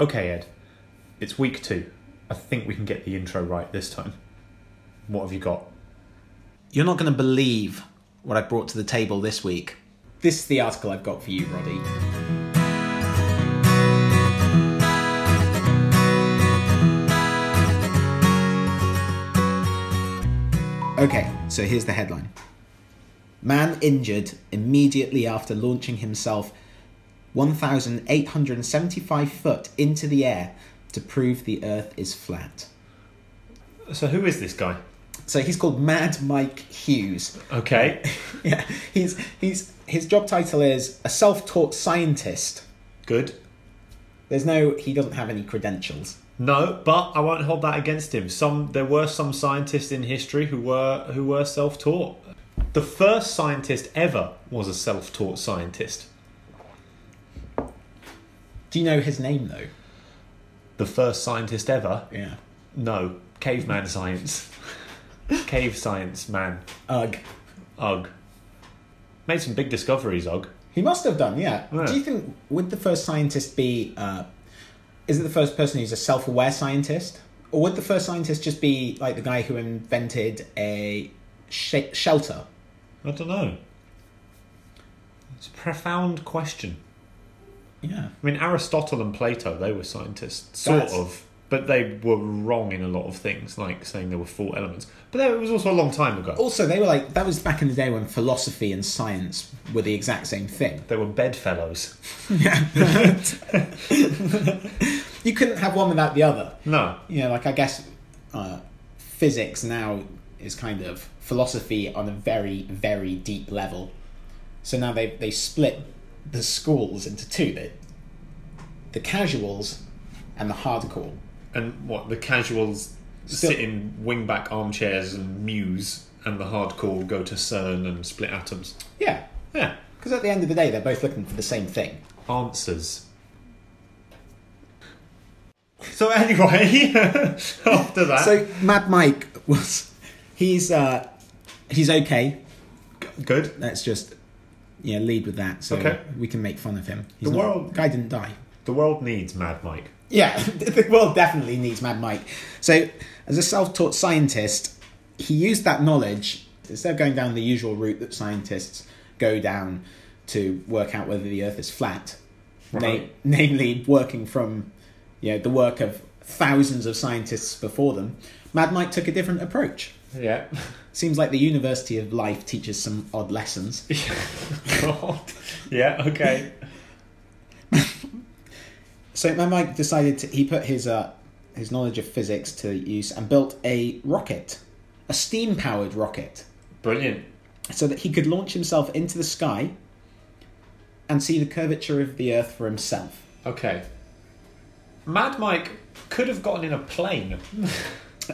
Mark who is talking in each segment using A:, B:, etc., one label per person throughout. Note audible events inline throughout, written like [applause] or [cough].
A: Okay, Ed, it's week two. I think we can get the intro right this time. What have you got?
B: You're not going to believe what I brought to the table this week.
C: This is the article I've got for you, Roddy.
B: Okay, so here's the headline Man injured immediately after launching himself 1,875 foot into the air to prove the earth is flat.
A: So, who is this guy?
B: So he's called Mad Mike Hughes.
A: Okay,
B: [laughs] Yeah, he's, he's, his job title is a self taught scientist.
A: [laughs] good.
B: There's no, he doesn't have any credentials.
A: No, but I won't hold that against him. Some there were some scientists in history who were who were self-taught. The first scientist ever was a self-taught scientist.
B: Do you know his name though?
A: The first scientist ever?
B: Yeah.
A: No, caveman science. [laughs] Cave science man.
B: Ugh.
A: Ugh. Made some big discoveries, Ugh.
B: He must have done, yeah.
A: Yeah.
B: Do you think would the first scientist be? Uh, is it the first person who's a self-aware scientist, or would the first scientist just be like the guy who invented a sh- shelter?
A: I don't know. It's a profound question.
B: Yeah,
A: I mean, Aristotle and Plato, they were scientists, sort
B: That's-
A: of, but they were wrong in a lot of things, like saying there were four elements. But that was also a long time ago.
B: Also, they were like that was back in the day when philosophy and science were the exact same thing.
A: They were bedfellows.
B: Yeah, you couldn't have one without the other.
A: No.
B: You know, like I guess uh, physics now is kind of philosophy on a very, very deep level. So now they they split the schools into two: the the casuals and the hardcore.
A: And what, the casuals
B: Still-
A: sit in wingback armchairs and muse, and the hardcore go to CERN and split atoms.
B: Yeah,
A: Yeah.
B: because at the end of the day, they're both looking for the same thing.
A: Answers. So, anyway, [laughs] after that.
B: So Mad Mike was he's uh, he's okay.
A: good.
B: Let's just yeah lead with that so
A: Okay.
B: we can make fun of him. He's
A: The
B: not-
A: world-
B: guy didn't die.
A: The world needs Mad Mike.
B: Yeah, [laughs] the world definitely needs Mad Mike. So, as a self taught scientist, he used that knowledge instead of going down the usual route that scientists go down to work out whether the earth is flat, na-
A: Right.
B: namely working from you know, the work of thousands of scientists before them. Mad Mike took a different approach.
A: Yeah.
B: Seems like the University of Life teaches some odd lessons.
A: God. [laughs] Yeah, okay.
B: So my Mike decided to, he put his uh, his knowledge of physics to use and built a rocket, a steam powered rocket,
A: Brilliant.
B: so that he could launch himself into the sky and see the curvature of the Earth for himself.
A: Okay. Mad Mike could have gotten in a plane.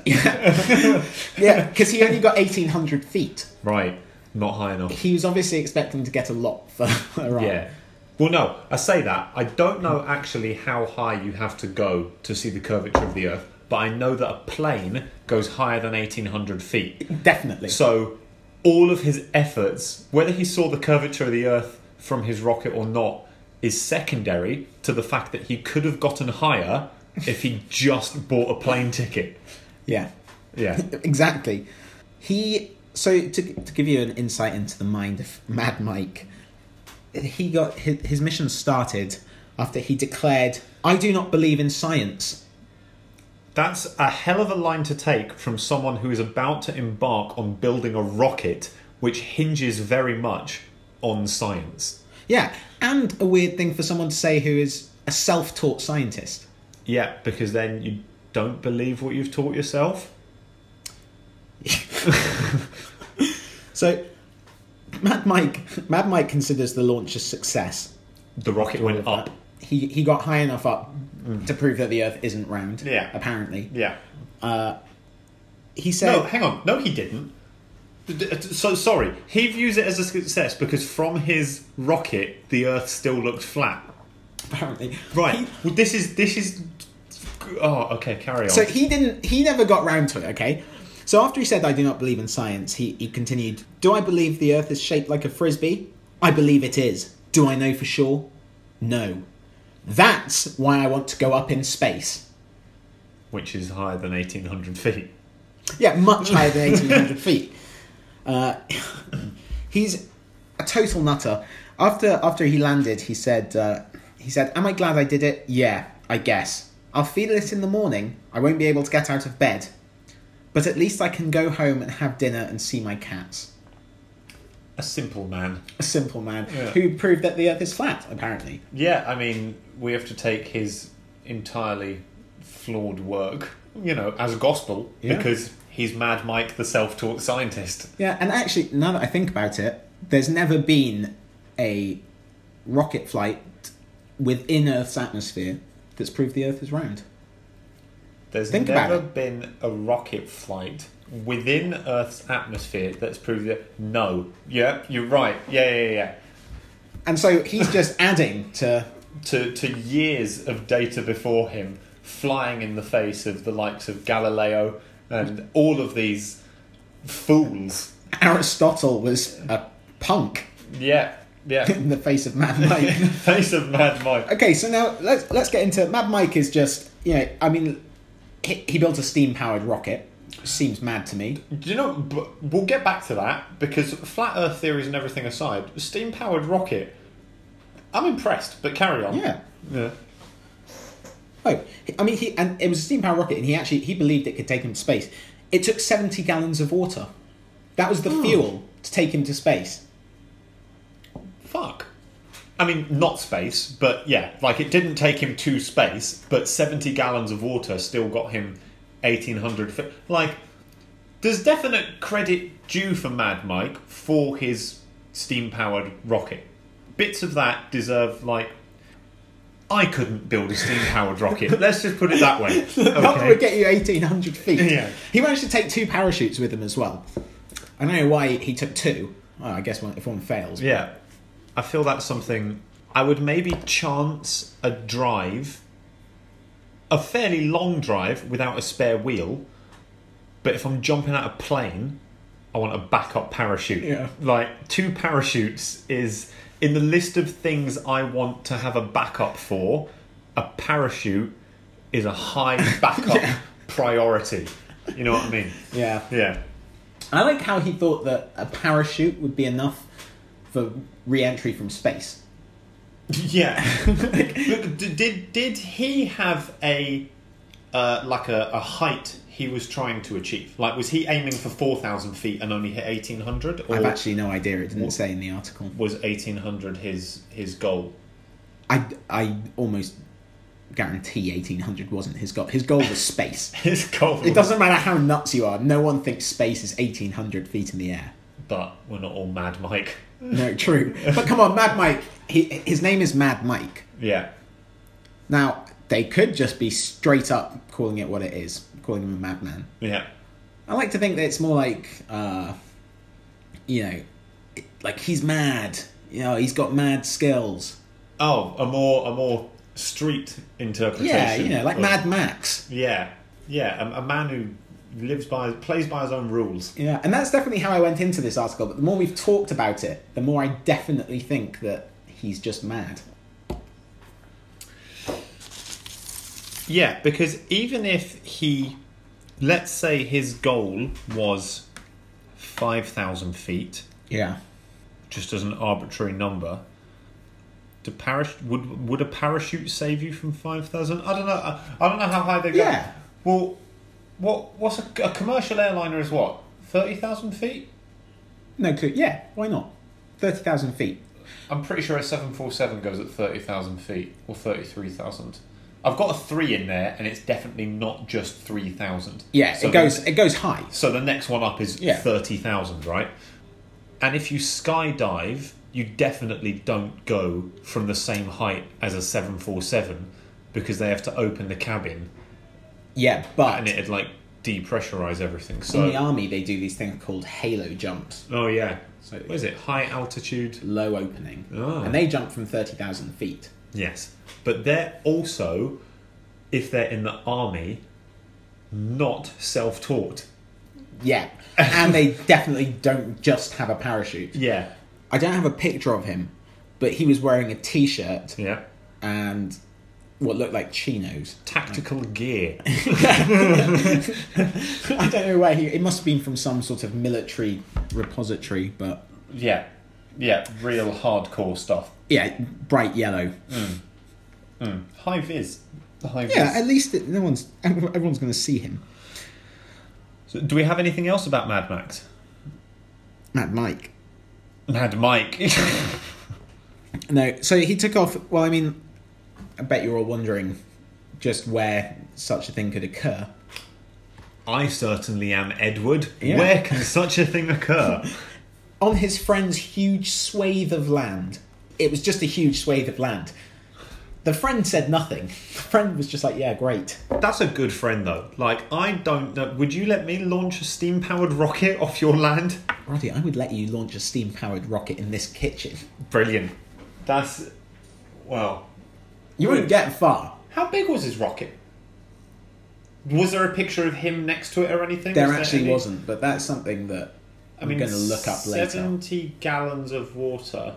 B: Yeah, [laughs] because he only got eighteen hundred feet.
A: Right. Not high enough.
B: He was obviously expecting to get a lot [laughs] further on.
A: Yeah. Well, no, I say that. I don't know actually how high you have to go to see the curvature of the Earth, but I know that a plane goes higher than 1800 feet.
B: definitely.
A: So, all of his efforts, whether he saw the curvature of the Earth from his rocket or not, is secondary to the fact that he could have gotten higher if he just bought a plane ticket.
B: yeah,
A: Yeah.
B: exactly. He so to to give you an insight into the mind of Mad Mike, he got his, his mission started after he declared, "I do not believe in science."
A: That's a hell of a line to take from someone who is about to embark on building a rocket which hinges very much on science.
B: Yeah, and a weird thing for someone to say who is a self-taught scientist.
A: Yeah, because then you don't believe what you've taught yourself.
B: So, Mad Mike, Mad Mike considers the launch a success.
A: The rocket went up.
B: He he got high enough up to prove that the Earth isn't round.
A: Yeah.
B: apparently.
A: Yeah.
B: He said,
A: No, hang on. No, he didn't. D- d- So sorry. He views it as a success because from his rocket, the Earth still looked flat.
B: [laughs] apparently,
A: Right.
B: He-
A: Well, this is this is. Oh, okay. Carry on.
B: So he didn't. He never got round to it. Okay. So after he said, "I do not believe in science," he, he continued, "Do I believe the Earth is shaped like a frisbee? I believe it is. Do I know for sure? No. That's why I want to go up in space.
A: which is higher than 1800 feet.
B: Yeah, much higher than 1800 feet. Uh, he's a total nutter. After after he landed, he said uh, he said, "Am I glad I did it? Yeah, I guess. I'll feel it in the morning. I won't be able to get out of bed, but at least I can go home and have dinner and see my cats."
A: A simple man.
B: A simple man
A: Yeah.
B: who proved that the Earth is flat, apparently.
A: Yeah, I mean, we have to take his entirely flawed work, you know, as gospel
B: Yeah.
A: because he's Mad Mike, the self-taught scientist.
B: Yeah, and actually, now that I think about it, there's never been a rocket flight within Earth's atmosphere that's proved the Earth is round.
A: There's
B: Think about
A: never been a rocket flight within Earth's atmosphere that's proved that no. Yeah, you're right. Yeah, yeah, yeah.
B: And so he's just adding to.
A: To to years of data before him, flying in the face of the likes of Galileo and all of these fools.
B: Aristotle was a punk
A: Yeah,
B: [laughs]
A: yeah. [laughs]
B: in the face of Mad
A: in [laughs] the
B: Mike.
A: face of Mad Mike.
B: okay, so now let's let's get into Mad Mike is just you know I mean he, he built a steam powered rocket. Seems mad to me.
A: Do you know? b- We'll get back to that because flat Earth theories and everything aside, steam powered rocket. I'm impressed, but carry on.
B: Yeah.
A: Yeah.
B: Oh, I mean, he and it was a steam powered rocket, and he actually he believed it could take him to space. It took seventy gallons of water. That was the
A: Hmm.
B: fuel to take him to space.
A: Fuck. I mean, not space, but yeah, like it didn't take him to space, but 70 gallons of water still got him 1800 feet. Like, there's definite credit due for Mad Mike for his steam powered rocket. Bits of that deserve, like, I couldn't build a steam powered rocket. Let's just put it that way.
B: Not that
A: Okay.
B: would get you eighteen hundred feet.
A: Yeah.
B: He managed to take two parachutes with him as well. I don't know why he took two. Oh, I guess one, if one fails.
A: Yeah. I feel that's something I would maybe chance a drive, a fairly long drive without a spare wheel. But if I'm jumping out of plane, I want a backup parachute.
B: Yeah.
A: Like two parachutes is in the list of things I want to have a backup for. A parachute is a high backup priority. You know what I mean?
B: Yeah.
A: Yeah.
B: I like how he thought that a parachute would be enough for re-entry from space. [laughs]
A: Yeah. Look, d- did did he have a uh, like a, a height he was trying to achieve? Like, was he aiming for four thousand feet and only hit eighteen hundred,
B: I've
A: or
B: actually no idea. It didn't say in the article.
A: was eighteen hundred his his goal? [laughs]
B: I, I almost guarantee eighteen hundred wasn't his goal. His goal was space.
A: His goal.
B: It doesn't matter how nuts you are. No one thinks space is eighteen hundred feet in the air.
A: But we're not all mad, Mike.
B: No, true. But come on, Mad Mike. He, his name is Mad Mike.
A: Yeah.
B: Now they could just be straight up calling it what it is, calling him a madman.
A: Yeah.
B: I like to think that it's more like, uh, you know, it- like he's mad. You know, he's got mad skills.
A: Oh, a more a more street interpretation.
B: Yeah, you know, like
A: of-
B: Mad Max.
A: Yeah, yeah. A, a man who lives by plays by his own rules.
B: Yeah, and that's definitely how I went into this article. But the more we've talked about it, the more I definitely think that he's just mad.
A: Yeah, because even if he, let's say his goal was 5,000 feet,
B: Yeah.
A: just as an arbitrary number, do parach- would, would a parachute save you from 5,000? I don't know. I, I don't know how high they go.
B: Yeah.
A: Well, what, what's a, a commercial airliner is what? 30,000 feet?
B: No clue. Yeah, why not? 30,000 feet.
A: I'm pretty sure a 747 goes at 30,000 feet or 33,000. I've got a 3 in there and it's definitely not just 3,000.
B: Yeah,
A: So
B: it goes it goes high.
A: So the next one up is
B: Yeah.
A: 30,000, right? And if you skydive, you definitely don't go from the same height as a 747 because they have to open the cabin
B: Yeah,
A: and
B: but
A: it'd like depressurize everything.
B: in the
A: So,
B: army they do these things called halo jumps,
A: oh yeah. what is it? High altitude?
B: low opening,
A: Oh.
B: and they jump from 30,000 feet.
A: Yes. But they're also, if they're in the army, not self taught.
B: [laughs] Yeah, and they definitely don't just have a parachute.
A: Yeah.
B: I don't have a picture of him, but he was wearing a t-shirt
A: Yeah.
B: and what looked like chinos.
A: Tactical gear.
B: [laughs] I don't know where he. It must have been from some sort of military repository, but
A: Yeah. Yeah, real hardcore stuff.
B: yeah, bright yellow.
A: High vis. High vis.
B: Yeah, at least it, no one's [laughs] everyone's going to see him.
A: So do we have anything else about Mad Max?
B: Mad Mike.
A: Mad Mike. [laughs]
B: No, so he took off. Well, I mean, I bet you're all wondering just where such a thing could occur.
A: I certainly am Edward.
B: Yeah.
A: Where can such a thing
B: [laughs]
A: occur?
B: on his friend's huge swathe of land. It was just a huge swathe of land. The friend said nothing. The friend was just like, yeah, great.
A: That's a good friend though. Like I don't know would you let me launch a steam powered rocket [laughs] off your land?
B: Roddy, I would let you launch a steam powered rocket in this kitchen.
A: Brilliant. That's well.
B: You wouldn't get far.
A: How big was his rocket? Was there a picture of him next to it or anything?
B: There
A: Was
B: actually
A: any-
B: wasn't, but that's something that I am going to look up later.
A: Seventy gallons of water.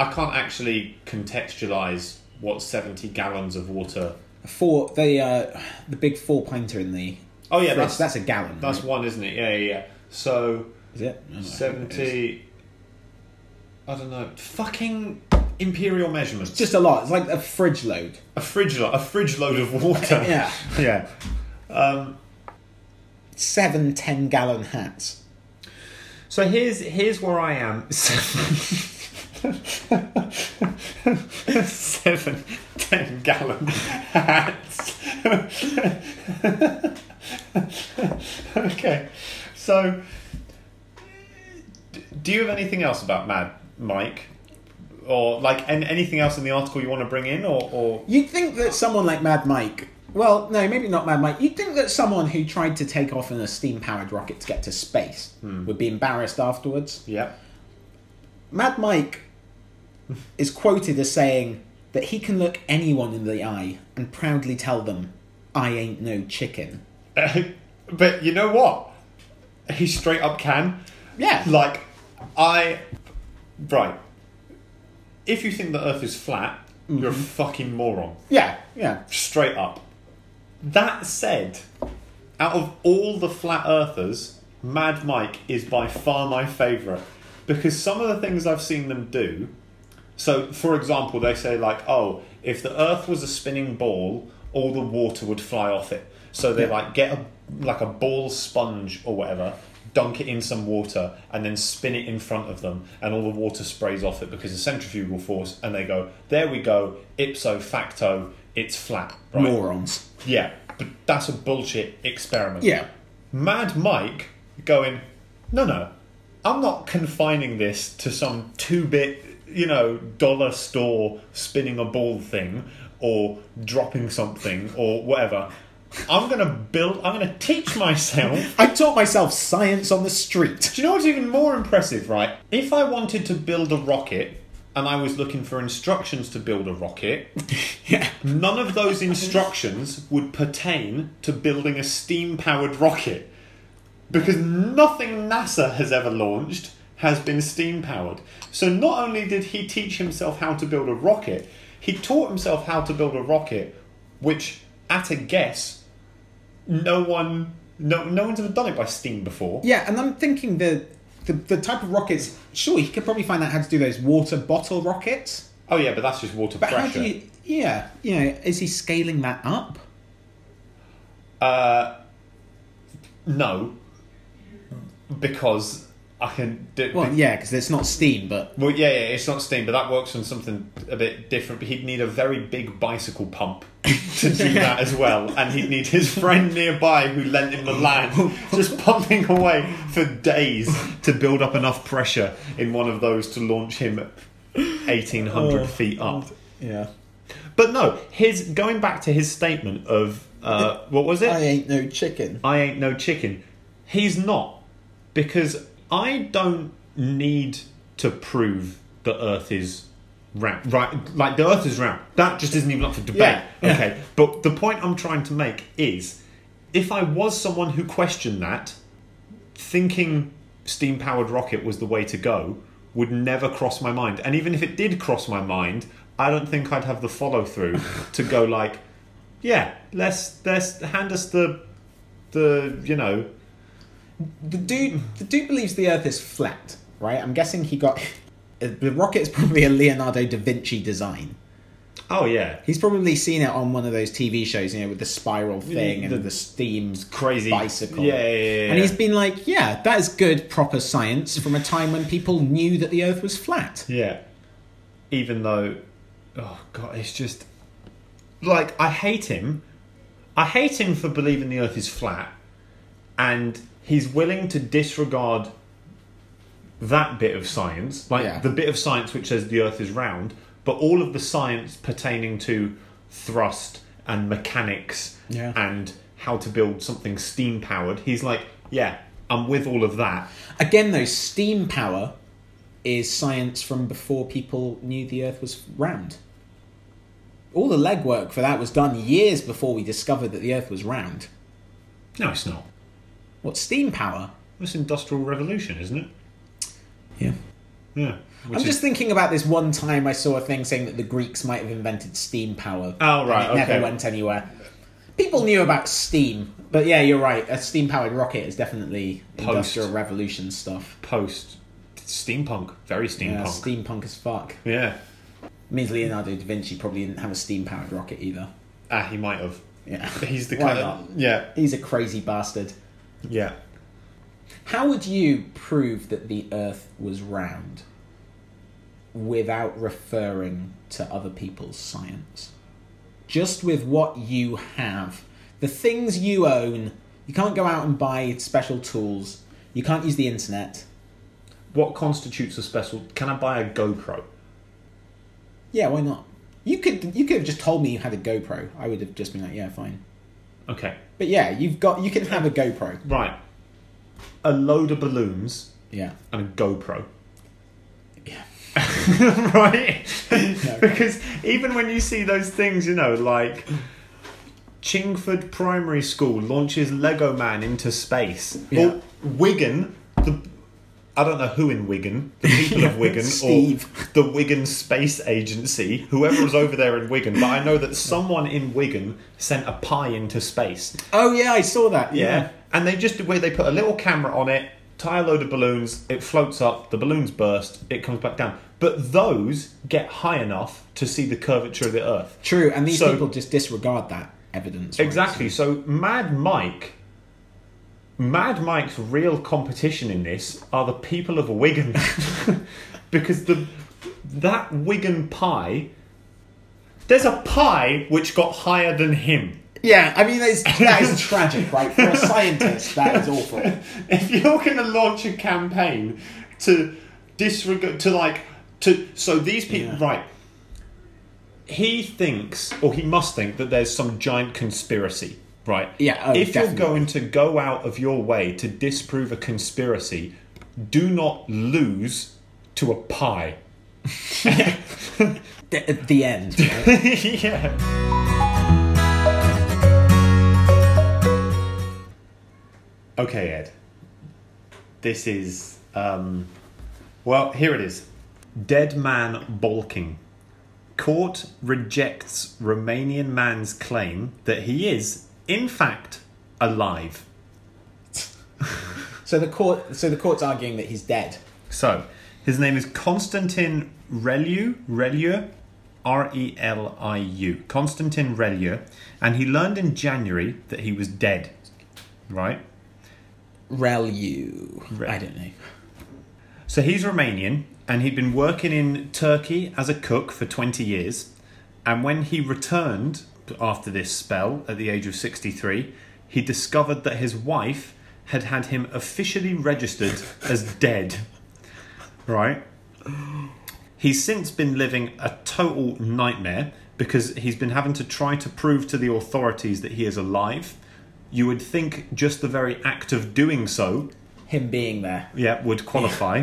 A: I can't actually contextualize what seventy gallons of water.
B: Four, they, uh, the big four pinter in the.
A: Oh yeah,
B: fridge,
A: that's that's,
B: that's a gallon. right?
A: one, isn't it? Yeah, yeah. yeah. So
B: Is it? Oh, I don't know, I think it is.
A: seventy. I don't know. Fucking imperial measurements.
B: Just a lot. It's like a fridge load.
A: a fridge, lo- a fridge load of water.
B: [laughs] Yeah.
A: yeah. Um,
B: Seven 10 gallon hats.
A: So here's here's where I am. [laughs] Seven, ten gallon hats. okay, so d- do you have anything else about Mad Mike, or like an anything else in the article you want to bring in, or, or
B: You'd think that someone like Mad Mike. Well, no, maybe not Mad Mike. You'd think that someone who tried to take off in a steam powered rocket to get to space would be embarrassed afterwards.
A: yeah, [laughs]
B: Mad Mike is quoted as saying that he can look anyone in the eye and proudly tell them, I ain't no chicken.
A: but you know what? He straight up can.
B: Yeah.
A: Like, I. Right. If you think the Earth is flat, you're a fucking moron.
B: yeah, yeah.
A: Straight up. That said, out of all the flat earthers, Mad Mike is by far my favourite. Because some of the things I've seen them do. So, for example, they say, like, oh, if the earth was a spinning ball, all the water would fly off it. So they, like, get a, like a ball sponge or whatever, dunk it in some water, and then spin it in front of them, and all the water sprays off it because of centrifugal force, and they go, there we go, ipso facto, it's flat. Right?
B: Morons.
A: Yeah, but that's a bullshit experiment.
B: Yeah.
A: Mad Mike going, no, no, I'm not confining this to some two bit, you know, dollar store spinning a ball thing or dropping something or whatever. I'm going to build, I'm going to teach myself
B: I taught myself science on the street.
A: do you know what's even more impressive, right? If I wanted to build a rocket and I was looking for instructions to build a rocket, none of those instructions would pertain to building a steam powered rocket. Because nothing NASA has ever launched has been steam powered. So not only did he teach himself how to build a rocket, he taught himself how to build a rocket, which, at a guess, no one. No, no one's ever done it by steam before.
B: Yeah, and I'm thinking the, the, the type of rockets, sure, he could probably find out how to do those water bottle rockets.
A: Oh yeah, but that's just water
B: But
A: pressure.
B: how do you? Yeah, you know, is he scaling that up?
A: No, because I can. Do,
B: Well, yeah, because it's not steam, but
A: well, yeah, yeah, it's not steam, but that works on something a bit different. But he'd need a very big bicycle pump [laughs] to do that as well, and he'd need his friend nearby who lent him the land, just pumping away for days to build up enough pressure in one of those to launch him eighteen
B: Oh,
A: hundred feet up.
B: yeah,
A: But no, his going back to his statement of uh, what was it?
B: I ain't no chicken.
A: I ain't no chicken. He's not. Because I don't need to prove the Earth is round. Right? Like, the Earth is round. That just isn't even up for debate.
B: Yeah, yeah.
A: Okay. But the point I'm trying to make is if I was someone who questioned that, thinking steam powered rocket was the way to go would never cross my mind. And even if it did cross my mind, I don't think I'd have the follow through to go like, yeah, let's let's hand us the the you know
B: The dude, the dude believes the Earth is flat, right? I'm guessing he got [laughs] the rocket is probably a Leonardo da Vinci design.
A: oh yeah
B: He's probably seen it on one of those TV shows, you know, with the spiral thing and
A: The-
B: the, steam
A: crazy
B: bicycle.
A: yeah, yeah, yeah, yeah.
B: And he's been like, yeah, that is good, proper science from a time when people knew that the Earth was flat.
A: Yeah. Even though, oh god, it's just like I hate him. I hate him for believing the Earth is flat, and he's willing to disregard that bit of science, like
B: Yeah.
A: the bit of science which says the Earth is round, but all of the science pertaining to thrust and mechanics
B: Yeah.
A: and how to build something steam powered. He's like, yeah, I'm with all of that.
B: Again, though, steam power is science from before people knew the Earth was round. All the legwork for that was done years before we discovered that the Earth was round.
A: No, it's not.
B: What steam power?
A: It's industrial revolution, isn't it?
B: Yeah.
A: Yeah. Which
B: I'm just thinking about this one time I saw a thing saying that the Greeks might have invented steam power.
A: Oh, right,
B: And it
A: okay.
B: never went anywhere. People knew about steam, but yeah, you're right. A steam powered rocket is definitely
A: Post.
B: industrial revolution stuff.
A: post steampunk, very
B: Yeah,
A: steampunk.
B: steampunk as fuck.
A: yeah.
B: means Leonardo da Vinci probably didn't have a steam powered rocket either.
A: Ah, he might have.
B: Yeah.
A: He's the
B: Why
A: kind of yeah,
B: He's a crazy bastard.
A: yeah.
B: How would you prove that the Earth was round without referring to other people's science? Just with what you have, the things you own, you can't go out and buy special tools, you can't use the internet.
A: What constitutes a special? Can I buy a GoPro?
B: Yeah, why not? You could you could have just told me you had a GoPro. I would have just been like, yeah, fine.
A: Okay,
B: But yeah, you've got you can have a GoPro.
A: right. A load of balloons
B: Yeah.
A: and a GoPro.
B: Yeah.
A: [laughs] right? because even when you see those things, you know, like Chingford Primary School launches Lego Man into space.
B: Yeah.
A: Or Wigan, the I don't know who in Wigan, the people
B: [laughs]
A: of Wigan,
B: Steve.
A: or the Wigan Space Agency, whoever was over there in Wigan, but I know that someone in Wigan sent a pie into space.
B: Oh yeah, I saw that.
A: Yeah. And they just where they put a little camera on it, tie a load of balloons, it floats up, the balloons burst, it comes back down. But those get high enough to see the curvature of the Earth.
B: True, and these
A: So-
B: people just disregard that evidence. right?
A: Exactly. So Mad Mike Mad Mike's real competition in this are the people of Wigan. [laughs] because the that Wigan pie there's a pie which got higher than him.
B: Yeah, I mean, that's, [laughs] that is tragic, right? [laughs] For a scientist, that is awful.
A: [laughs] if you're going to launch a campaign to disregard to like to so these people
B: Yeah.
A: right he thinks or he must think that there's some giant conspiracy right
B: Yeah, oh,
A: if
B: definitely.
A: you're going to go out of your way to disprove a conspiracy do not lose to a
B: [laughs]
A: pie [laughs]
B: The, at the end.
A: [laughs]
B: right?
A: yeah okay ed this is um well here it is dead man balking court rejects romanian man's claim that he is in fact alive
B: So the court, so the court's arguing that he's dead.
A: so his name is constantin reliu reliu E r-e-l-i-u constantin reliu and he learned in january that he was dead right
B: Rel you. I don't know.
A: So he's Romanian and he'd been working in Turkey as a cook for 20 years. And when he returned after this spell at the age of 63, he discovered that his wife had had him officially registered as dead. Right? He's since been living a total nightmare because he's been having to try to prove to the authorities that he is alive. You would think just the very act of doing so
B: Him being there.
A: yeah, would qualify.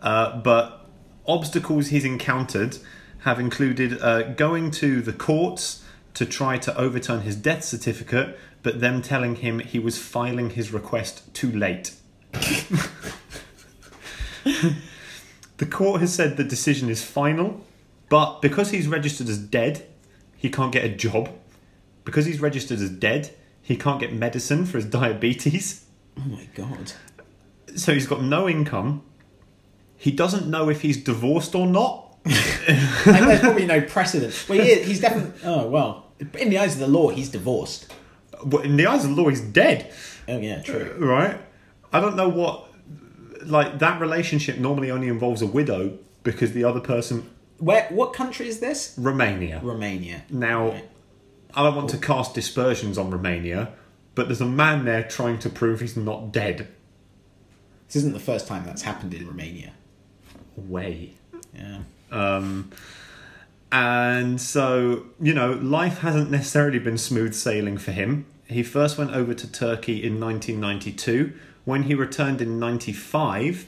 A: uh, but obstacles he's encountered have included uh, going to the courts to try to overturn his death certificate, but them telling him he was filing his request too late. [laughs] the court has said the decision is final, But because he's registered as dead, he can't get a job. Because he's registered as dead, he can't get medicine for his [laughs] diabetes.
B: Oh my god.
A: So he's got no income. He doesn't know if he's divorced or not.
B: Like, there's probably no precedent. Well, he is, he's definitely. Oh well. In the eyes of the law, he's divorced.
A: Well, In the eyes of the law, he's dead,
B: Oh yeah, true.
A: right? I don't know what. Like, that relationship normally only involves a widow because the other person.
B: Where? What country is this?
A: Romania.
B: Romania.
A: Now,
B: Right.
A: I don't want to cast dispersions on Romania, but there's a man there trying to prove he's not dead.
B: This isn't the first time that's happened in Romania.
A: Way.
B: Yeah.
A: And so, you know, life hasn't necessarily been smooth sailing for him. He first went over to Turkey in 1992. When he returned in 95,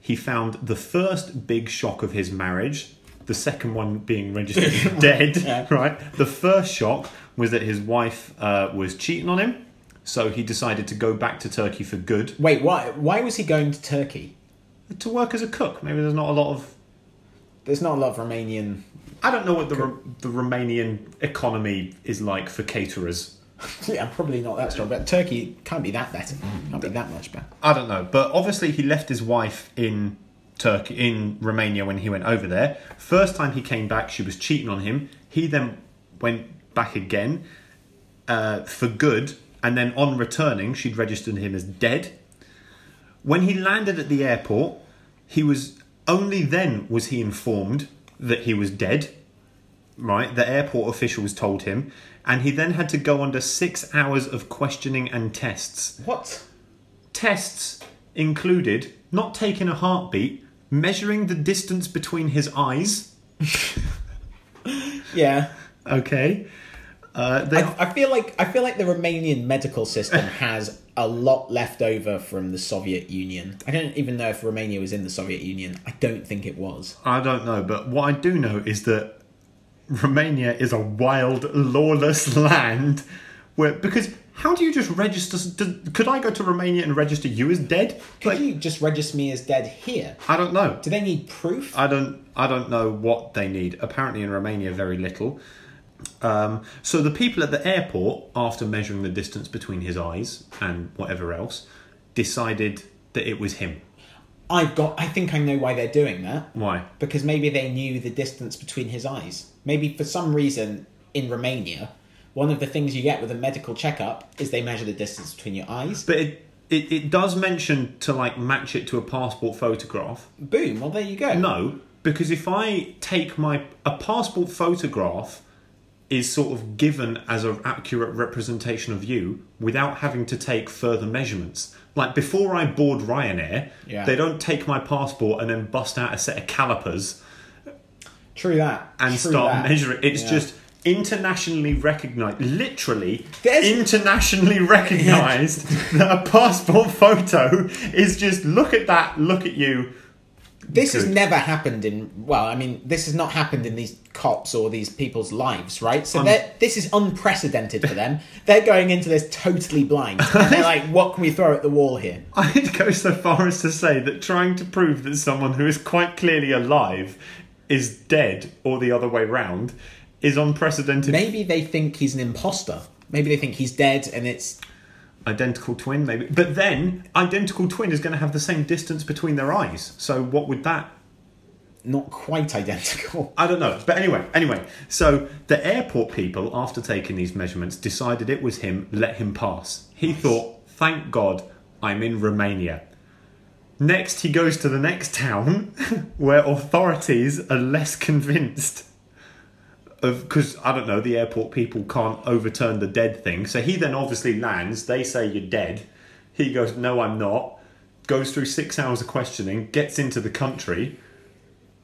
A: he found the first big shock of his marriage, the second one being registered as dead,
B: Yeah.
A: right? The first shock was that his wife uh, was cheating on him. So he decided to go back to Turkey for good
B: Wait, why? Why was he going to Turkey?
A: to work as a cook. Maybe there's not a lot of
B: There's not a lot of Romanian.
A: I don't know what the Ru- the Romanian economy is like for caterers.
B: Yeah, probably not that strong, but Turkey can't be that better. Can't be that much better.
A: I don't know, but obviously he left his wife in Turkey in Romania when he went over there. First time he came back, she was cheating on him. He then went back again uh, for good, and then on returning, she'd registered him as dead. When he landed at the airport, he was only then was he informed that he was dead. Right, the airport officials told him, and he then had to go under six hours of questioning and tests
B: What?
A: tests included not taking a heartbeat, measuring the distance between his eyes.
B: Yeah.
A: Okay. Uh, they,
B: I feel like I feel like the Romanian medical [laughs] system has a lot left over from the Soviet Union. I don't even know if Romania was in the Soviet Union. I don't think it was.
A: I don't know, but what I do know is that Romania is a wild, lawless [laughs] land where because. How do you just register? d- Could I go to Romania and register you as dead?
B: Could
A: Like,
B: you just register me as dead here?
A: I don't know.
B: Do they need proof?
A: I don't I don't know what they need. Apparently in Romania very little. Um, so the people at the airport, after measuring the distance between his eyes and whatever else, decided that it was him.
B: I've got. I think I know why they're doing that.
A: Why?
B: Because maybe they knew the distance between his eyes. Maybe for some reason in Romania, one of the things you get with a medical checkup is they measure the distance between your eyes.
A: But it, it it does mention to like match it to a passport photograph.
B: Boom. Well, there you go.
A: No, because if I take my a passport photograph is sort of given as an accurate representation of you without having to take further measurements. Like before I board Ryanair,
B: Yeah.
A: they don't take my passport and then bust out a set of calipers
B: True that.
A: and
B: True
A: start
B: that.
A: measuring. It's
B: Yeah.
A: just internationally recognized, literally
B: There's-
A: internationally
B: [laughs]
A: recognized that a passport photo is just look at that, look at you.
B: This has
A: Good.
B: never happened in well, I mean, this has not happened in these cops or these people's lives, right?
A: Um,
B: So they're this is unprecedented
A: [laughs]
B: for them. They're going into this totally blind. And they're like, what can we throw at the wall here?
A: I'd go so far as to say that trying to prove that someone who is quite clearly alive is dead or the other way round is unprecedented.
B: Maybe they think he's an imposter. Maybe they think he's dead and it's
A: Identical twin, maybe. But then, identical twin is going to have the same distance between their eyes. So, what would that.
B: not quite [laughs] identical.
A: I don't know. But anyway, anyway. So, the airport people, after taking these measurements, decided it was him, let him pass. He thought, thank God, I'm in Romania. Next, he goes to the next town [laughs] where authorities are less convinced of because I don't know the airport people can't overturn the dead thing. So he then obviously lands. They say you're dead. He goes, no, I'm not. Goes through six hours of questioning, gets into the country.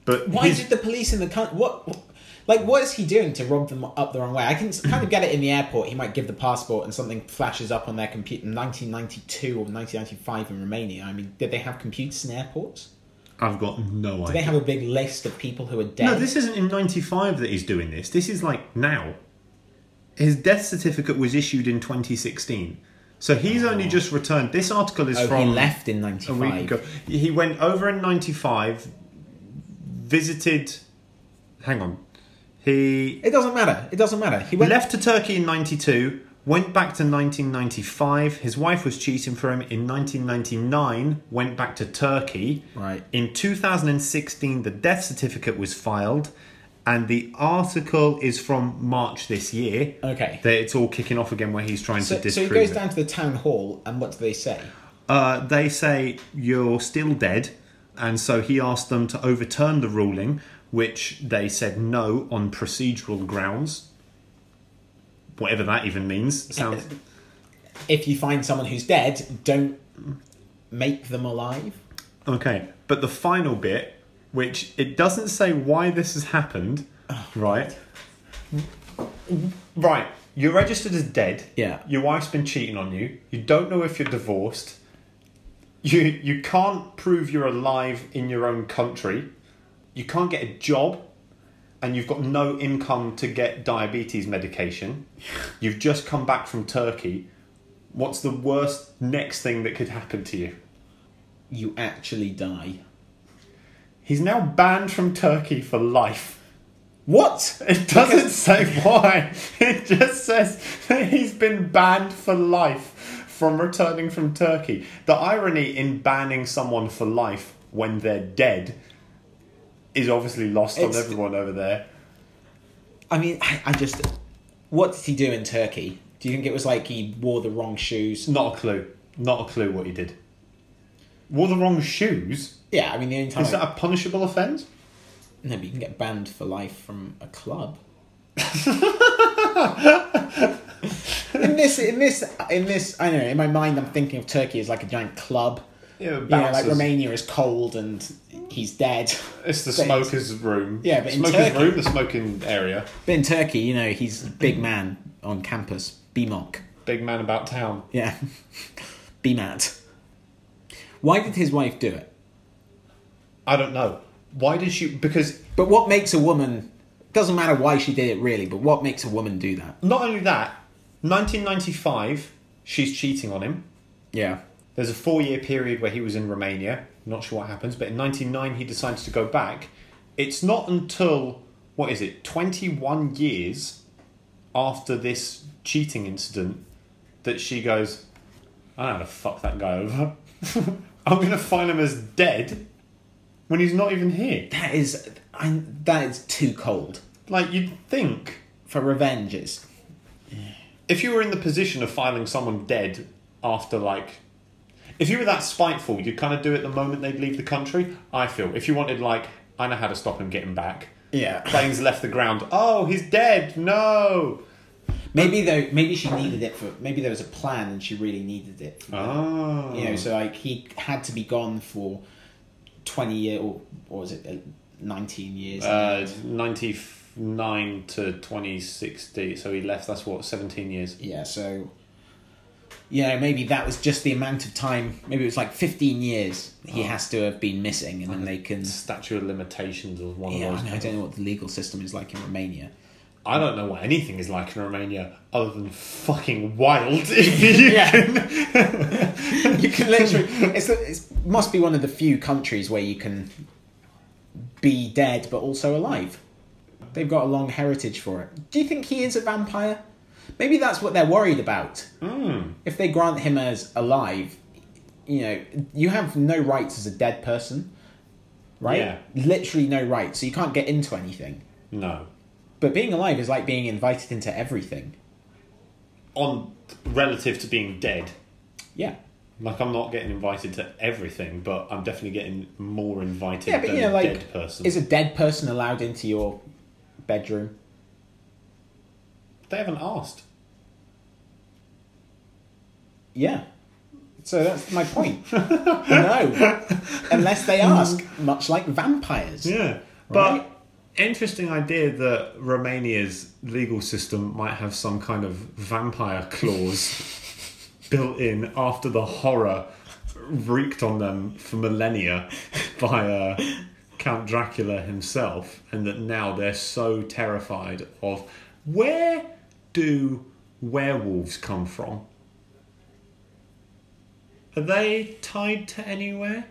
A: But
B: Why
A: his-
B: did the police in the country what what- like what is he doing to rob them up the wrong way? I can s- kind of get it in the airport. He might give the passport and something flashes up on their computer. 1992 or 1995 in Romania. I mean, did they have computers in airports?
A: I've got no
B: They
A: idea.
B: have a big list of people who are dead.
A: No, this isn't in '95 that he's doing this. This is like now. His death certificate was issued in 2016, so he's only just returned. This article is
B: oh,
A: from
B: he left in
A: a week ago.
B: '95.
A: He went over in '95, visited hang on. He
B: It doesn't matter. It doesn't matter. He went.
A: left to Turkey in 92, went back to 1995. His wife was cheating for him in 1999, went back to Turkey.
B: Right.
A: In 2016, the death certificate was filed, and the article is from March this year.
B: Okay.
A: That it's all kicking off again where he's trying
B: Uh, So,
A: to
B: so he
A: disprove
B: goes
A: it.
B: down to the town hall, and what do they say?
A: Uh, they say you're still dead, and so he asked them to overturn the ruling, which they said no on procedural grounds. Whatever that even means sounds.
B: If you find someone who's dead, don't make them alive.
A: Okay, but the final bit, which it doesn't say why this has happened, right? Right, you're registered as dead.
B: Yeah.
A: Your wife's been cheating on you. You don't know if you're divorced. You you can't prove you're alive in your own country. You can't get a job, and you've got no income to get diabetes medication. You've just come back from Turkey. What's the worst next thing that could happen to you?
B: You actually die.
A: He's now banned from Turkey for life.
B: What?
A: It doesn't say [laughs] why. It just says that he's been banned for life from returning from Turkey. The irony in banning someone for life when they're dead is obviously lost
B: It's-
A: on everyone over there.
B: I mean, I, I just. What did he do in Turkey? Do you think it was like he wore the wrong shoes?
A: Not a clue. Not a clue what he did. Wore the wrong shoes?
B: Yeah, I mean, the only time.
A: Is that a punishable offence?
B: No, but you can get banned for life from
A: [laughs]
B: a club. in this, in this, in this, I don't know. In my mind, I'm thinking of Turkey as like a giant club.
A: Yeah,
B: You know, like Romania is cold and he's dead.
A: It's the
B: But-
A: smoker's room.
B: Yeah, but in
A: smoker's
B: Turkey-
A: room, the smoking area.
B: But in Turkey, you know, he's a big man on campus. BMOC.
A: Big man about town.
B: Yeah. [laughs] BMAT. Why did his wife do it?
A: I don't know. Why did she? Because
B: But what makes a woman. Doesn't matter why she did it really, but what makes a woman do that?
A: not only that, 1995, she's cheating on him.
B: Yeah.
A: There's a four year period where he was in Romania. Not sure what happens, but in 99, he decides to go back. It's not until, what is it, 21 years after this cheating incident that she goes, I don't know how to fuck that guy over. [laughs] I'm going to find him as dead when he's not even here.
B: That is. I, that is too cold.
A: Like, you'd think
B: For revenge, it's
A: if you were in the position of filing someone dead after like if you were that spiteful you'd kind of do it the moment they'd leave the country i feel if you wanted like i know how to stop him getting back
B: Yeah.
A: planes left the ground oh he's dead no
B: Maybe though, maybe she needed it for. Maybe there was a plan and she really needed it.
A: oh
B: You know, so like he had to be gone for twenty year or or was it uh, nineteen years?
A: uh, 99 to 2060 so he left that's what 17 years
B: yeah. So. You know, maybe that was just the amount of time. Maybe it was like fifteen years he has to have been missing, and then they can.
A: statute of limitations was one
B: Yeah,
A: of
B: I,
A: those
B: know, I don't know what the legal system is like in Romania.
A: I don't know what anything is like in romania other than fucking wild [laughs] if you
B: [laughs] Yeah.
A: can
B: you can literally it's, it's must be one of the few countries where you can be dead but also alive they've got a long heritage for it do you think he is a vampire maybe that's what they're worried about if they grant him as alive you know you have no rights as a dead person right
A: Yeah.
B: literally no rights so you can't get into anything
A: no
B: but being alive is like being invited into everything
A: on relative to being dead.
B: yeah
A: Like I'm not getting invited to everything, but I'm definitely getting more invited
B: yeah but
A: than
B: you know
A: a
B: like
A: dead person.
B: is a dead person allowed into your bedroom
A: They haven't asked.
B: Yeah. So that's
A: [laughs]
B: my point. no. Unless they ask, much like vampires.
A: Hmm. Yeah,
B: Right.
A: but interesting idea that Romania's legal system might have some kind of vampire clause built in after the horror wreaked on them for millennia by uh, Count Dracula himself, and that now they're so terrified of where do werewolves come from? Are they tied to anywhere?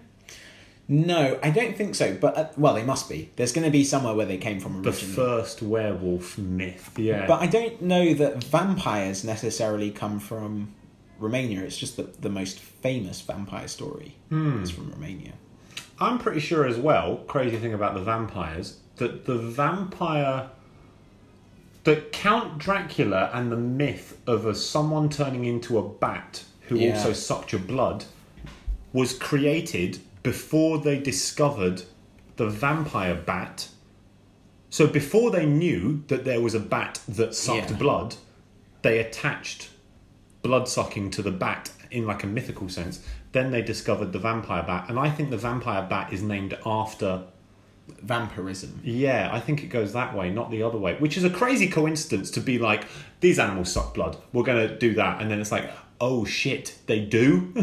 B: No, I don't think so. But uh, well, they must be. There's going to be somewhere where they came from
A: The
B: originally.
A: first werewolf myth. Yeah.
B: But I don't know that vampires necessarily come from Romania. It's just that the most famous vampire story
A: Hmm.
B: is from Romania.
A: I'm pretty sure as well, crazy thing about the vampires, that the vampire. That Count Dracula and the myth of a, someone turning into a bat who
B: Yeah.
A: also sucked your blood was created before they discovered the vampire bat. So before they knew that there was a bat that sucked
B: Yeah.
A: blood, they attached blood sucking to the bat in like a mythical sense. Then they discovered the vampire bat, and I think the vampire bat is named after.
B: Vampirism.
A: Yeah, I think it goes that way, not the other way, which is a crazy coincidence to be like these animals suck blood. We're gonna do that, and then it's like, oh shit, they do.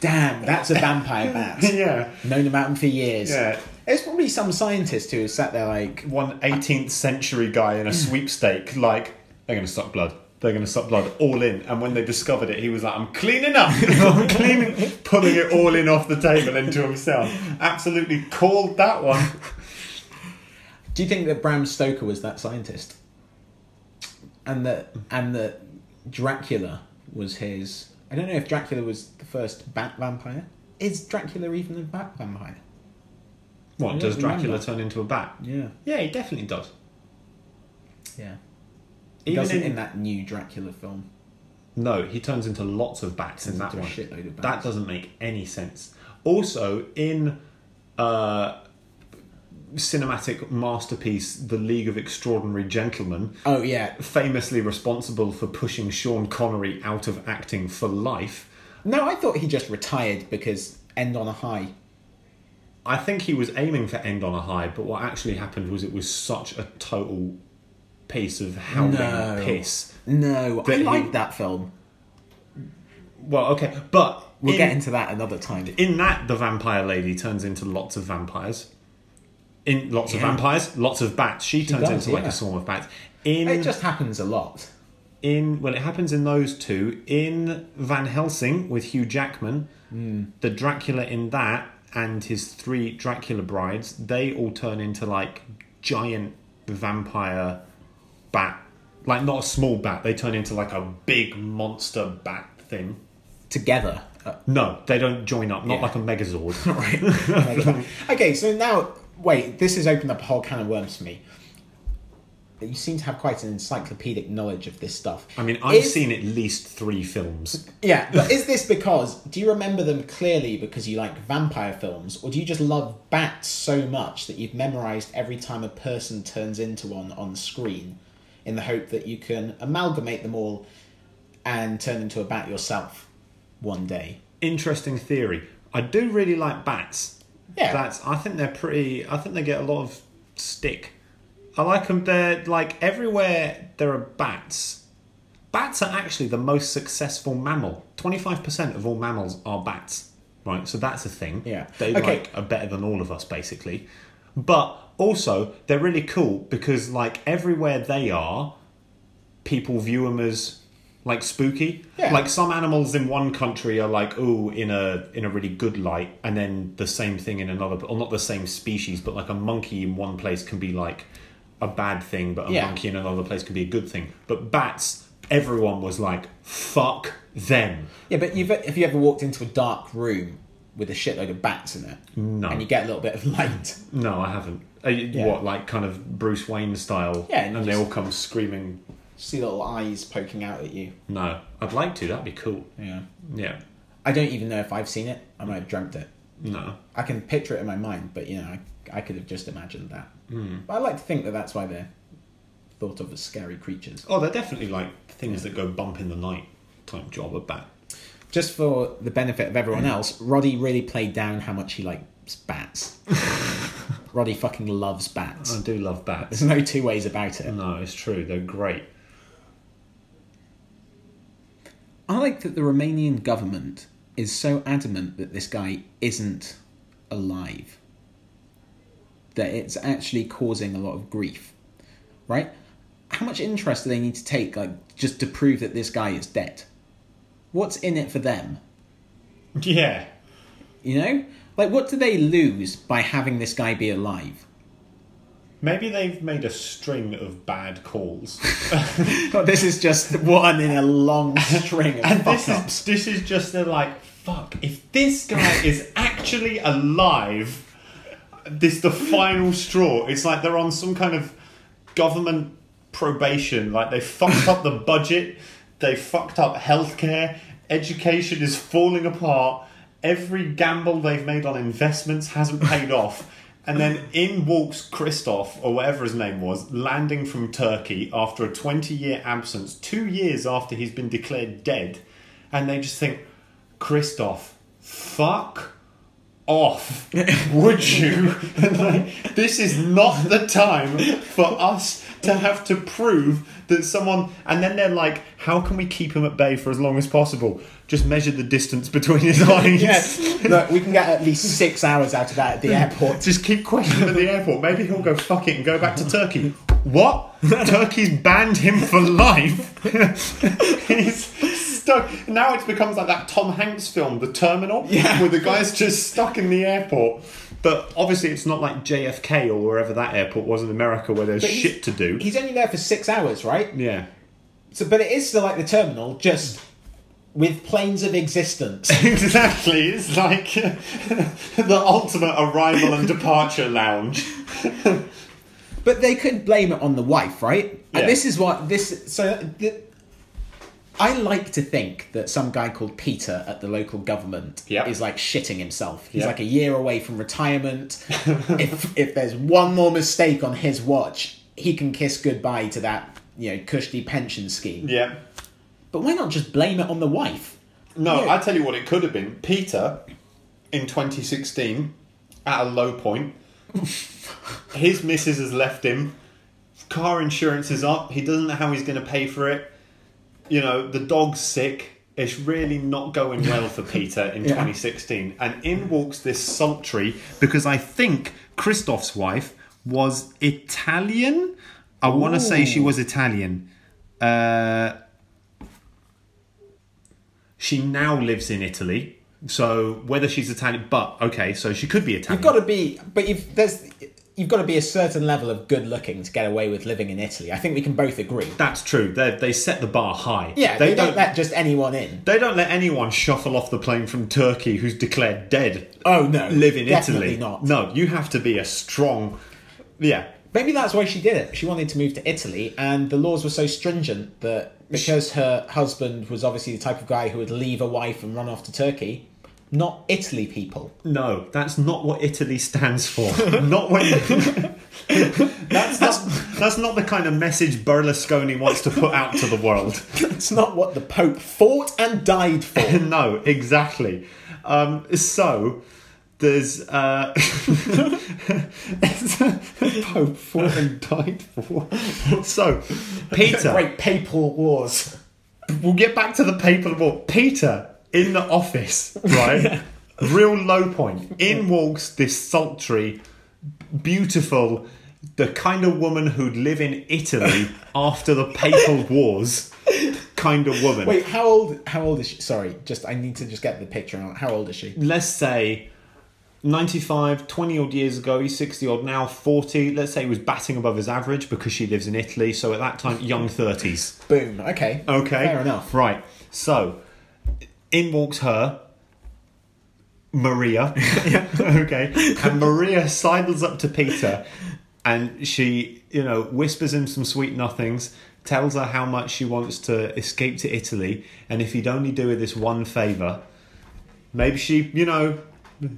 B: Damn, that's a vampire
A: [laughs]
B: bat.
A: yeah,
B: Known about them for years.
A: Yeah.
B: It's probably some scientist who has sat there like,
A: one 18th century guy in a
B: Mm.
A: sweepstake, like they're gonna suck blood. They're gonna suck blood all in, and when they discovered it, he was like, "I'm cleaning
B: [laughs]
A: up, [laughs] I'm cleaning, pulling it all in off the table into himself." Absolutely called that one.
B: do you think that Bram Stoker was that scientist? And that and that Dracula was his. I don't know if Dracula was the first bat vampire. Is Dracula even a bat vampire? I
A: What
B: don't
A: does Dracula
B: remember.
A: turn into a bat?
B: Yeah.
A: Yeah, he definitely does.
B: Yeah. He
A: Even
B: doesn't
A: in,
B: in, that new Dracula film.
A: no, he turns into lots of bats in that
B: into a
A: one.
B: shitload of
A: That
B: bats.
A: doesn't make any sense. Also, in uh, cinematic masterpiece *The League of Extraordinary Gentlemen*,
B: Oh yeah.
A: famously responsible for pushing Sean Connery out of acting for life.
B: No, I thought he just retired because End on a High.
A: I think he was aiming for End on a High, but what actually happened was it was such a total piece of howling
B: No.
A: piss.
B: No,
A: But
B: I
A: he-
B: like that film.
A: Well, okay, but
B: We'll
A: in-
B: get into that another time.
A: in that the vampire lady turns into lots of vampires in lots of
B: Yeah.
A: vampires lots of bats she, turns
B: does,
A: into like
B: yeah.
A: a swarm of bats in
B: It just happens a lot.
A: in well it happens in those two in van helsing with hugh jackman the dracula in that and his three dracula brides they all turn into like giant vampire bat like not a small bat they turn into like a big monster bat thing
B: Together. Uh,
A: [laughs] no they don't join up not
B: Yeah.
A: like a
B: [laughs]
A: megazord
B: right. okay, so now wait, this has opened up a whole can of worms for me. You seem to have quite an encyclopedic knowledge of this stuff.
A: I mean, I've
B: Is-
A: seen at least three films.
B: Yeah,
A: [laughs]
B: but is this because do you remember them clearly because you like vampire films, or do you just love bats so much that you've memorized every time a person turns into one on screen, in the hope that you can amalgamate them all and turn into a bat yourself one day?
A: Interesting theory. I do really like bats.
B: Yeah.
A: Bats. I think they're pretty. I think they get a lot of stick. I like them. They're like everywhere there are bats. Bats are actually the most successful mammal. Twenty-five percent of all mammals are bats. Right. So that's a thing.
B: Yeah.
A: They
B: Okay.
A: like are better than all of us basically. But also they're really cool because like everywhere they are, people view them as like spooky.
B: Yeah.
A: Like some animals in one country are like ooh in a in a really good light, and then the same thing in another, or not the same species, but like a monkey in one place can be like a bad thing, but a
B: Yeah.
A: monkey in another place can be a good thing. But bats, everyone was like fuck them.
B: Yeah, but you've, have you ever walked into a dark room with a shitload of bats in it?
A: No.
B: And you get a little bit of [laughs] light.
A: No, I haven't. Uh, you- What like kind of Bruce Wayne style?
B: Yeah,
A: and,
B: and
A: they
B: just-
A: all come screaming.
B: See little eyes poking out at you.
A: No, I'd like to. That'd be cool.
B: Yeah.
A: Yeah.
B: I don't even know if I've seen it. I might have dreamt it.
A: No.
B: I can picture it in my mind, but you know, I, I could have just imagined that. Mm. But I like to think that that's why they're thought of as scary creatures.
A: Oh, they're definitely like things that go bump in the night type job at bat.
B: Just for the benefit of everyone else, Roddy really played down how much he likes bats. Roddy fucking loves
A: I
B: bats.
A: do love bats. [laughs]
B: There's no two ways about it.
A: No, it's true. They're great.
B: I like that the Romanian government is so adamant that this guy isn't alive. That it's actually causing a lot of grief, right? How much interest do they need to take, like, just to prove that this guy is dead? What's in it for them?
A: Yeah.
B: You know? Like, what do they lose by having this guy be alive?
A: Maybe they've made a string of bad [laughs] calls.
B: God, this is just one in a long [laughs] string of
A: And
B: fuck
A: this
B: ups.
A: is, this is just the like, fuck, if this guy is actually alive, this the final straw. It's like they're on some kind of government probation. Like they fucked up the budget, they fucked up healthcare, education is falling apart, every gamble they've made on investments hasn't paid off. And then in walks Christoph, or whatever his name was, landing from Turkey after a 20 year absence, two years after he's been declared dead. And they just think, Christoph, fuck off, would you? [laughs] And like, this is not the time for us to have to prove that someone. And then they're like, how can we keep him at bay for as long as possible? Just measure the distance between his eyes.
B: [laughs] Yes. Look, we can get at least six hours out of that [laughs] at the airport.
A: Just keep questioning him at the airport. Maybe he'll go fuck it and go back to Turkey. What? Turkey's banned him for life. [laughs] He's stuck. Now it becomes like that Tom Hanks film, The Terminal,
B: Yeah.
A: where the guy's just stuck in the airport. But obviously, it's not like JFK or wherever that airport was in America, where there's
B: But he's-
A: shit to do.
B: He's only there for six hours, right?
A: Yeah. [laughs]
B: So, but it is still like the terminal, just with planes of existence.
A: Exactly, it's like [laughs] the ultimate arrival and departure lounge.
B: [laughs] But they could blame it on the wife, right?
A: Yeah.
B: And this is what this. So the, I like to think that some guy called Peter at the local government
A: Yeah.
B: is like shitting himself. He's
A: Yeah.
B: like a year away from [laughs] retirement. if if there's one more mistake on his watch, he can kiss goodbye to that you know cushy pension scheme.
A: Yeah.
B: But why not just blame it on the wife?
A: No,
B: Yeah.
A: I tell you what, it could have been Peter in 2016 at a low
B: [laughs]
A: point. His missus has left him. Car insurance is up. He doesn't know how he's going to pay for it. You know, the dog's sick. It's really not going well
B: [laughs]
A: for Peter in
B: Yeah.
A: 2016. And in walks this sumptuary, because I think Christoph's wife was Italian. I want to say she
B: Ooh.
A: was Italian. Uh, she now lives in Italy. So whether she's Italian, but okay, so she could be Italian.
B: You've got to be, but you've there's you've got to be a certain level of good looking to get away with living in Italy. I think we can both agree.
A: That's true. They they set the bar high.
B: Yeah,
A: they,
B: they,
A: don't.
B: don't let just anyone in.
A: they don't let anyone shuffle off the plane from Turkey who's declared dead.
B: Oh no,
A: live in
B: definitely
A: Italy.
B: Not.
A: No, you have to be a strong. Yeah,
B: Maybe that's why she did it. She wanted to move to Italy, and the laws were so stringent that because her husband was obviously the type of guy who would leave a wife and run off to Turkey, not Italy people.
A: no, that's not what Italy stands
B: [laughs]
A: for. not when. that's
B: [laughs]
A: not. That's not the kind of message Berlusconi wants to put out to the world.
B: It's not what the Pope fought and died for.
A: [laughs] no, exactly. Um, so there's uh, [laughs]
B: Pope fought and
A: died for. So Peter,
B: great papal wars.
A: we'll get back to the paper war. Peter in the office, [laughs] right? Real low point. In walks this sultry, beautiful, the kind of woman who'd live in Italy after the papal wars, kind of woman.
B: Wait, how old? How old is she? Sorry, just I need to just get the picture on. How old is she?
A: let's say 95, 20 odd years ago, he's 60 odd now, 40. Let's say he was batting above his average because she lives in Italy. So at that time, young 30s.
B: Boom. Okay.
A: Okay.
B: Fair enough.
A: Right. So in walks her.
B: [laughs]
A: Maria, [laughs] okay, and Maria sidles up to Peter, and she, you know, whispers him some sweet nothings, tells her how much she wants to escape to Italy, and if he'd only do her this one favor, maybe she, you know,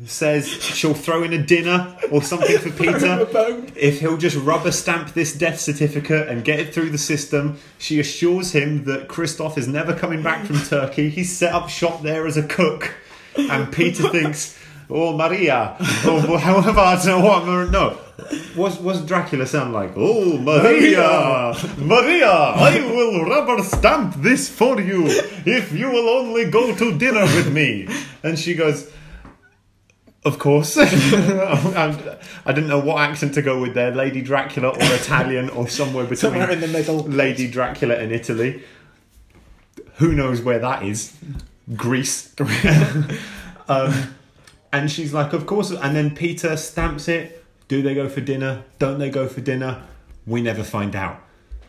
A: says she'll throw in a dinner or something
B: [laughs]
A: for Peter.
B: bone.
A: If he'll just rubber stamp this death certificate and get it through the system, she assures him that Christoph is never coming back from Turkey. He's set up shop there as a cook. And Peter thinks, oh, Maria, oh, or however, I don't know what, Mar- no. What's, what's Dracula sound like? Oh, Maria! Maria! I will rubber stamp this for you if you will only go to dinner with me. And she goes, of course. [laughs] I'm- I didn't know what accent to go with there Lady Dracula or Italian or somewhere between
B: Somewhere in the middle.
A: Lady Dracula and Italy. Who knows where that is? Greece. [laughs] Um, and she's like, of course. And then Peter stamps it. Do they go for dinner? Don't they go for dinner? We never find out.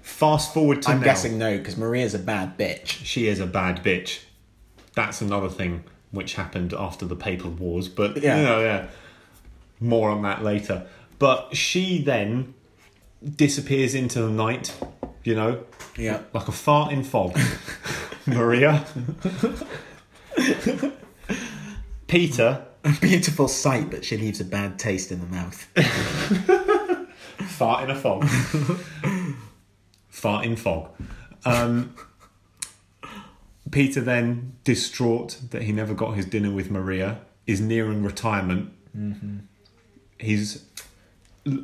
A: Fast forward to
B: I'm
A: now.
B: guessing no, because Maria's a bad bitch.
A: she is a bad bitch. That's another thing which happened after the paper wars, but yeah,
B: Yeah.
A: yeah. More on that later. But she then disappears into the night, you know,
B: [laughs] Yeah.
A: like a fart in fog. Maria. Peter
B: Beautiful sight, but she leaves a bad taste in the [laughs] mouth.
A: Fart in a fog. Fart in fog. Um, Peter then, distraught that he never got his dinner with Maria, is nearing retirement. He's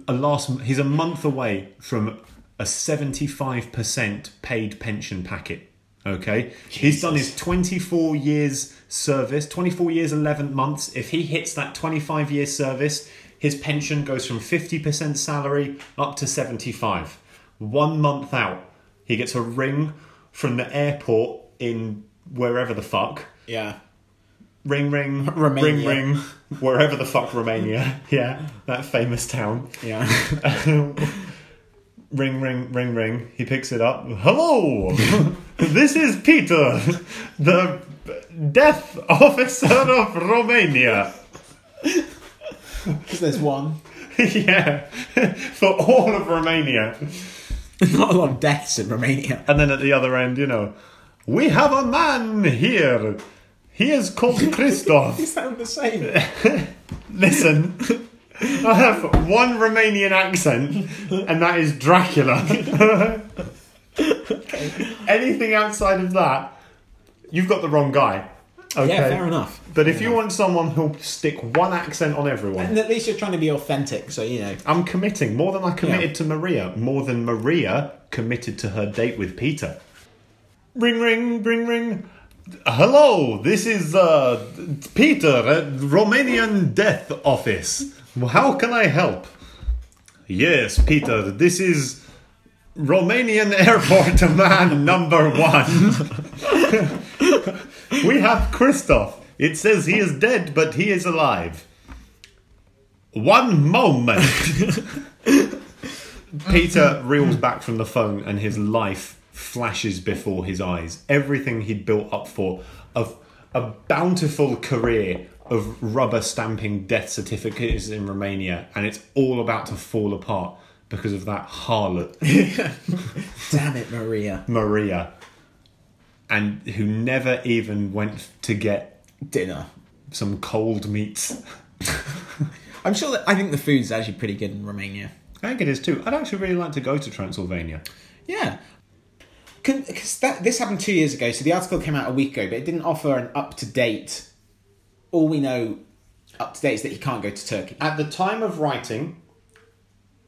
A: a last. He's a month away from a seventy-five percent paid pension packet. Okay, he's done his twenty-four years service, twenty-four years eleven months. If he hits that twenty-five year service, his pension goes from fifty percent salary up to seventy-five. One month out, he gets a ring from the airport in wherever the fuck
B: Yeah.
A: ring ring ring
B: Romania.
A: ring wherever the fuck Romania [laughs] yeah that famous town
B: Yeah. [laughs]
A: [laughs] ring ring ring ring he picks it up hello [laughs] this is Peter the death officer of Romania [laughs]
B: Because there's one.
A: yeah [laughs] for all of Romania
B: [laughs] Not a lot of deaths in Romania.
A: and then at the other end you know we have a man here he is called Christoph
B: sound the [laughs] same.
A: Listen, I have one Romanian accent, and that is Dracula. [laughs] Anything outside of that, you've got the wrong guy. Okay.
B: Yeah, fair enough.
A: But if you want someone who'll stick one accent on everyone,
B: And at least you're trying to be authentic, so you know.
A: I'm committing more than I committed
B: Yeah.
A: to Maria, more than Maria committed to her date with Peter. Ring, ring, ring, ring. Hello, this is uh, Peter at Romanian Death Office. How can I help? Yes, Peter, this is Romanian [laughs] Airport Man number one. [laughs] we have Christoph. It says he is dead, but he is alive. One moment. [laughs] Peter reels back from the phone and his life flashes before his eyes. Everything he'd built up for a, a bountiful career of rubber stamping death certificates in Romania, and it's all about to fall apart because of that harlot,
B: Damn it, Maria.
A: Maria, and who never even went to get
B: [laughs] Dinner.
A: some cold meats.
B: I'm sure that I think the food's actually pretty good in Romania.
A: I think it is too. I'd actually really like to go to Transylvania.
B: Yeah. Because that this happened two years ago, so the article came out a week ago, but it didn't offer an up to date. All we know up to date is that he can't go to Turkey.
A: At the time of writing,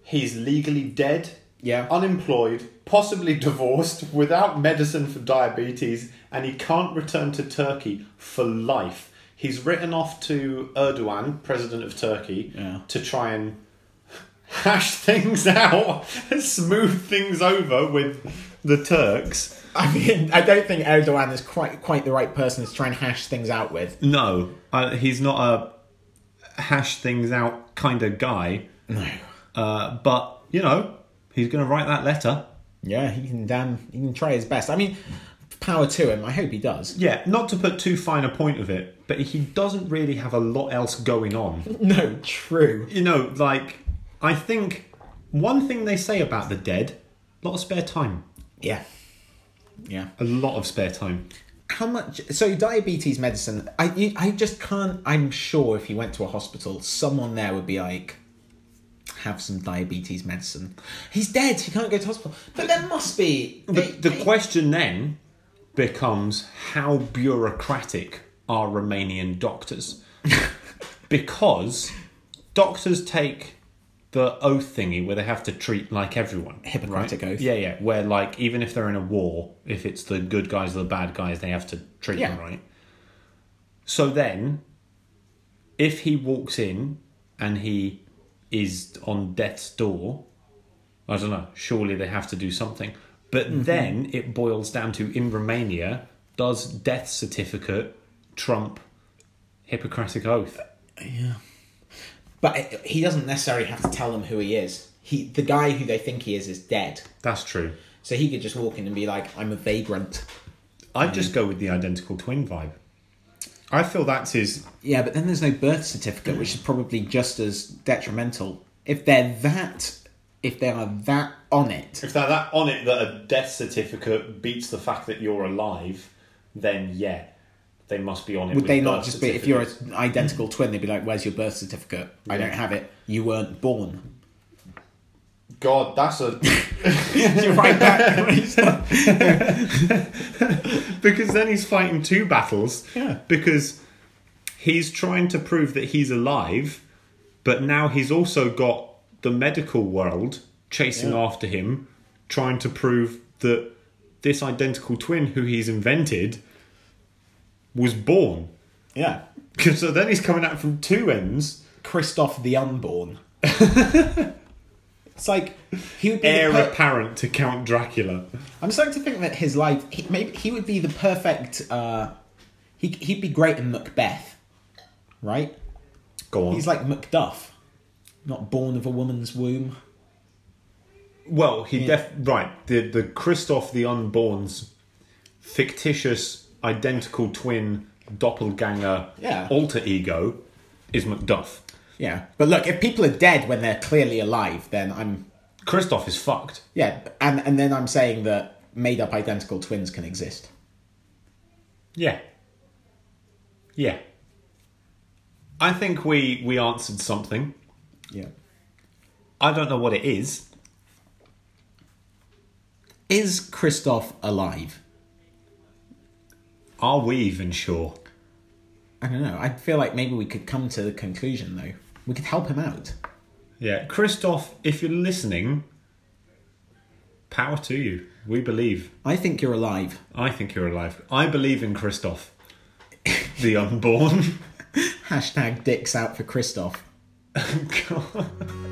A: he's legally dead,
B: Yeah.
A: unemployed, possibly divorced, without medicine for diabetes, and he can't return to Turkey for life. He's written off to Erdogan, president of Turkey,
B: Yeah.
A: to try and hash things [laughs] out, smooth things over with the Turks.
B: [laughs] I mean, I don't think Erdogan is quite quite the right person to try and hash things out with.
A: No, uh, he's not a hash things out kind of guy.
B: No.
A: Uh, but you know, he's going to write that letter.
B: Yeah, he can damn he can try his best. I mean, power to him. I hope he does.
A: Yeah, not to put too fine a point of it, but he doesn't really have a lot else going on.
B: No, true.
A: You know, like I think one thing they say about the dead, a lot of spare time,
B: Yeah. Yeah.
A: a lot of spare time.
B: How much? So diabetes medicine. I you, I just can't. I'm sure if he went to a hospital, someone there would be like, "Have some diabetes medicine." He's dead. He can't go to hospital. But there must be.
A: The, the question then becomes how bureaucratic are Romanian doctors? [laughs] because doctors take the oath thingy where they have to treat like everyone.
B: Hippocratic oath.
A: Yeah, yeah. Where, like, even if they're in a war, if it's the good guys or the bad guys, they have to treat them
B: Yeah.
A: right. So then, if he walks in and he is on death's door, I don't know, surely they have to do something. But then it boils down to in Romania, does death certificate trump Hippocratic oath.
B: But it, he doesn't necessarily have to tell them who he is. He, the guy who they think he is, is dead.
A: That's true.
B: So he could just walk in and be like, "I'm a vagrant."
A: I'd just go with the identical twin vibe. I feel that's his.
B: Yeah, but then there's no birth certificate, which is probably just as detrimental. If they're that, if they are that on it,
A: If they're that on it that a death certificate beats the fact that you're alive, then yeah, they must be on it.
B: would they not just be? If you're an identical twin, they'd be like, "Where's your birth certificate? I don't have it. You weren't [laughs] born."
A: God, that's
B: [laughs]
A: a.
B: You're right back. [laughs]
A: because then he's fighting two battles.
B: Yeah.
A: Because he's trying to prove that he's alive, but now he's also got the medical world chasing after him, trying to prove that this identical twin who he's invented was born. [laughs]
B: yeah,
A: 'Cause- So then he's coming at from two ends.
B: Christoph the Unborn. it's like he would be the
A: Heir
B: per-
A: apparent to Count Dracula.
B: I'm starting to think that his life, he, maybe he would be the perfect. Uh, he he'd be great in Macbeth, right?
A: Go on.
B: He's like Macduff, not born of a woman's womb.
A: Well, he def right the the Christoph the Unborn's fictitious identical twin doppelganger
B: Yeah.
A: alter ego is Macduff.
B: Yeah, but look, if people are dead when they're clearly alive, then I'm
A: Christoph is fucked.
B: yeah, and and then I'm saying that made up identical twins can exist.
A: Yeah. Yeah. I think we we answered something.
B: Yeah,
A: I don't know what it is.
B: is Christoph alive?
A: Are we even sure?
B: I don't know. I feel like maybe we could come to the conclusion though. We could help him out.
A: Yeah, Christoph, if you're listening, power to you. We believe.
B: I think you're alive.
A: I think you're alive. I believe in Christoph, the unborn. [laughs]
B: Hashtag dicks out for Christoph.
A: God.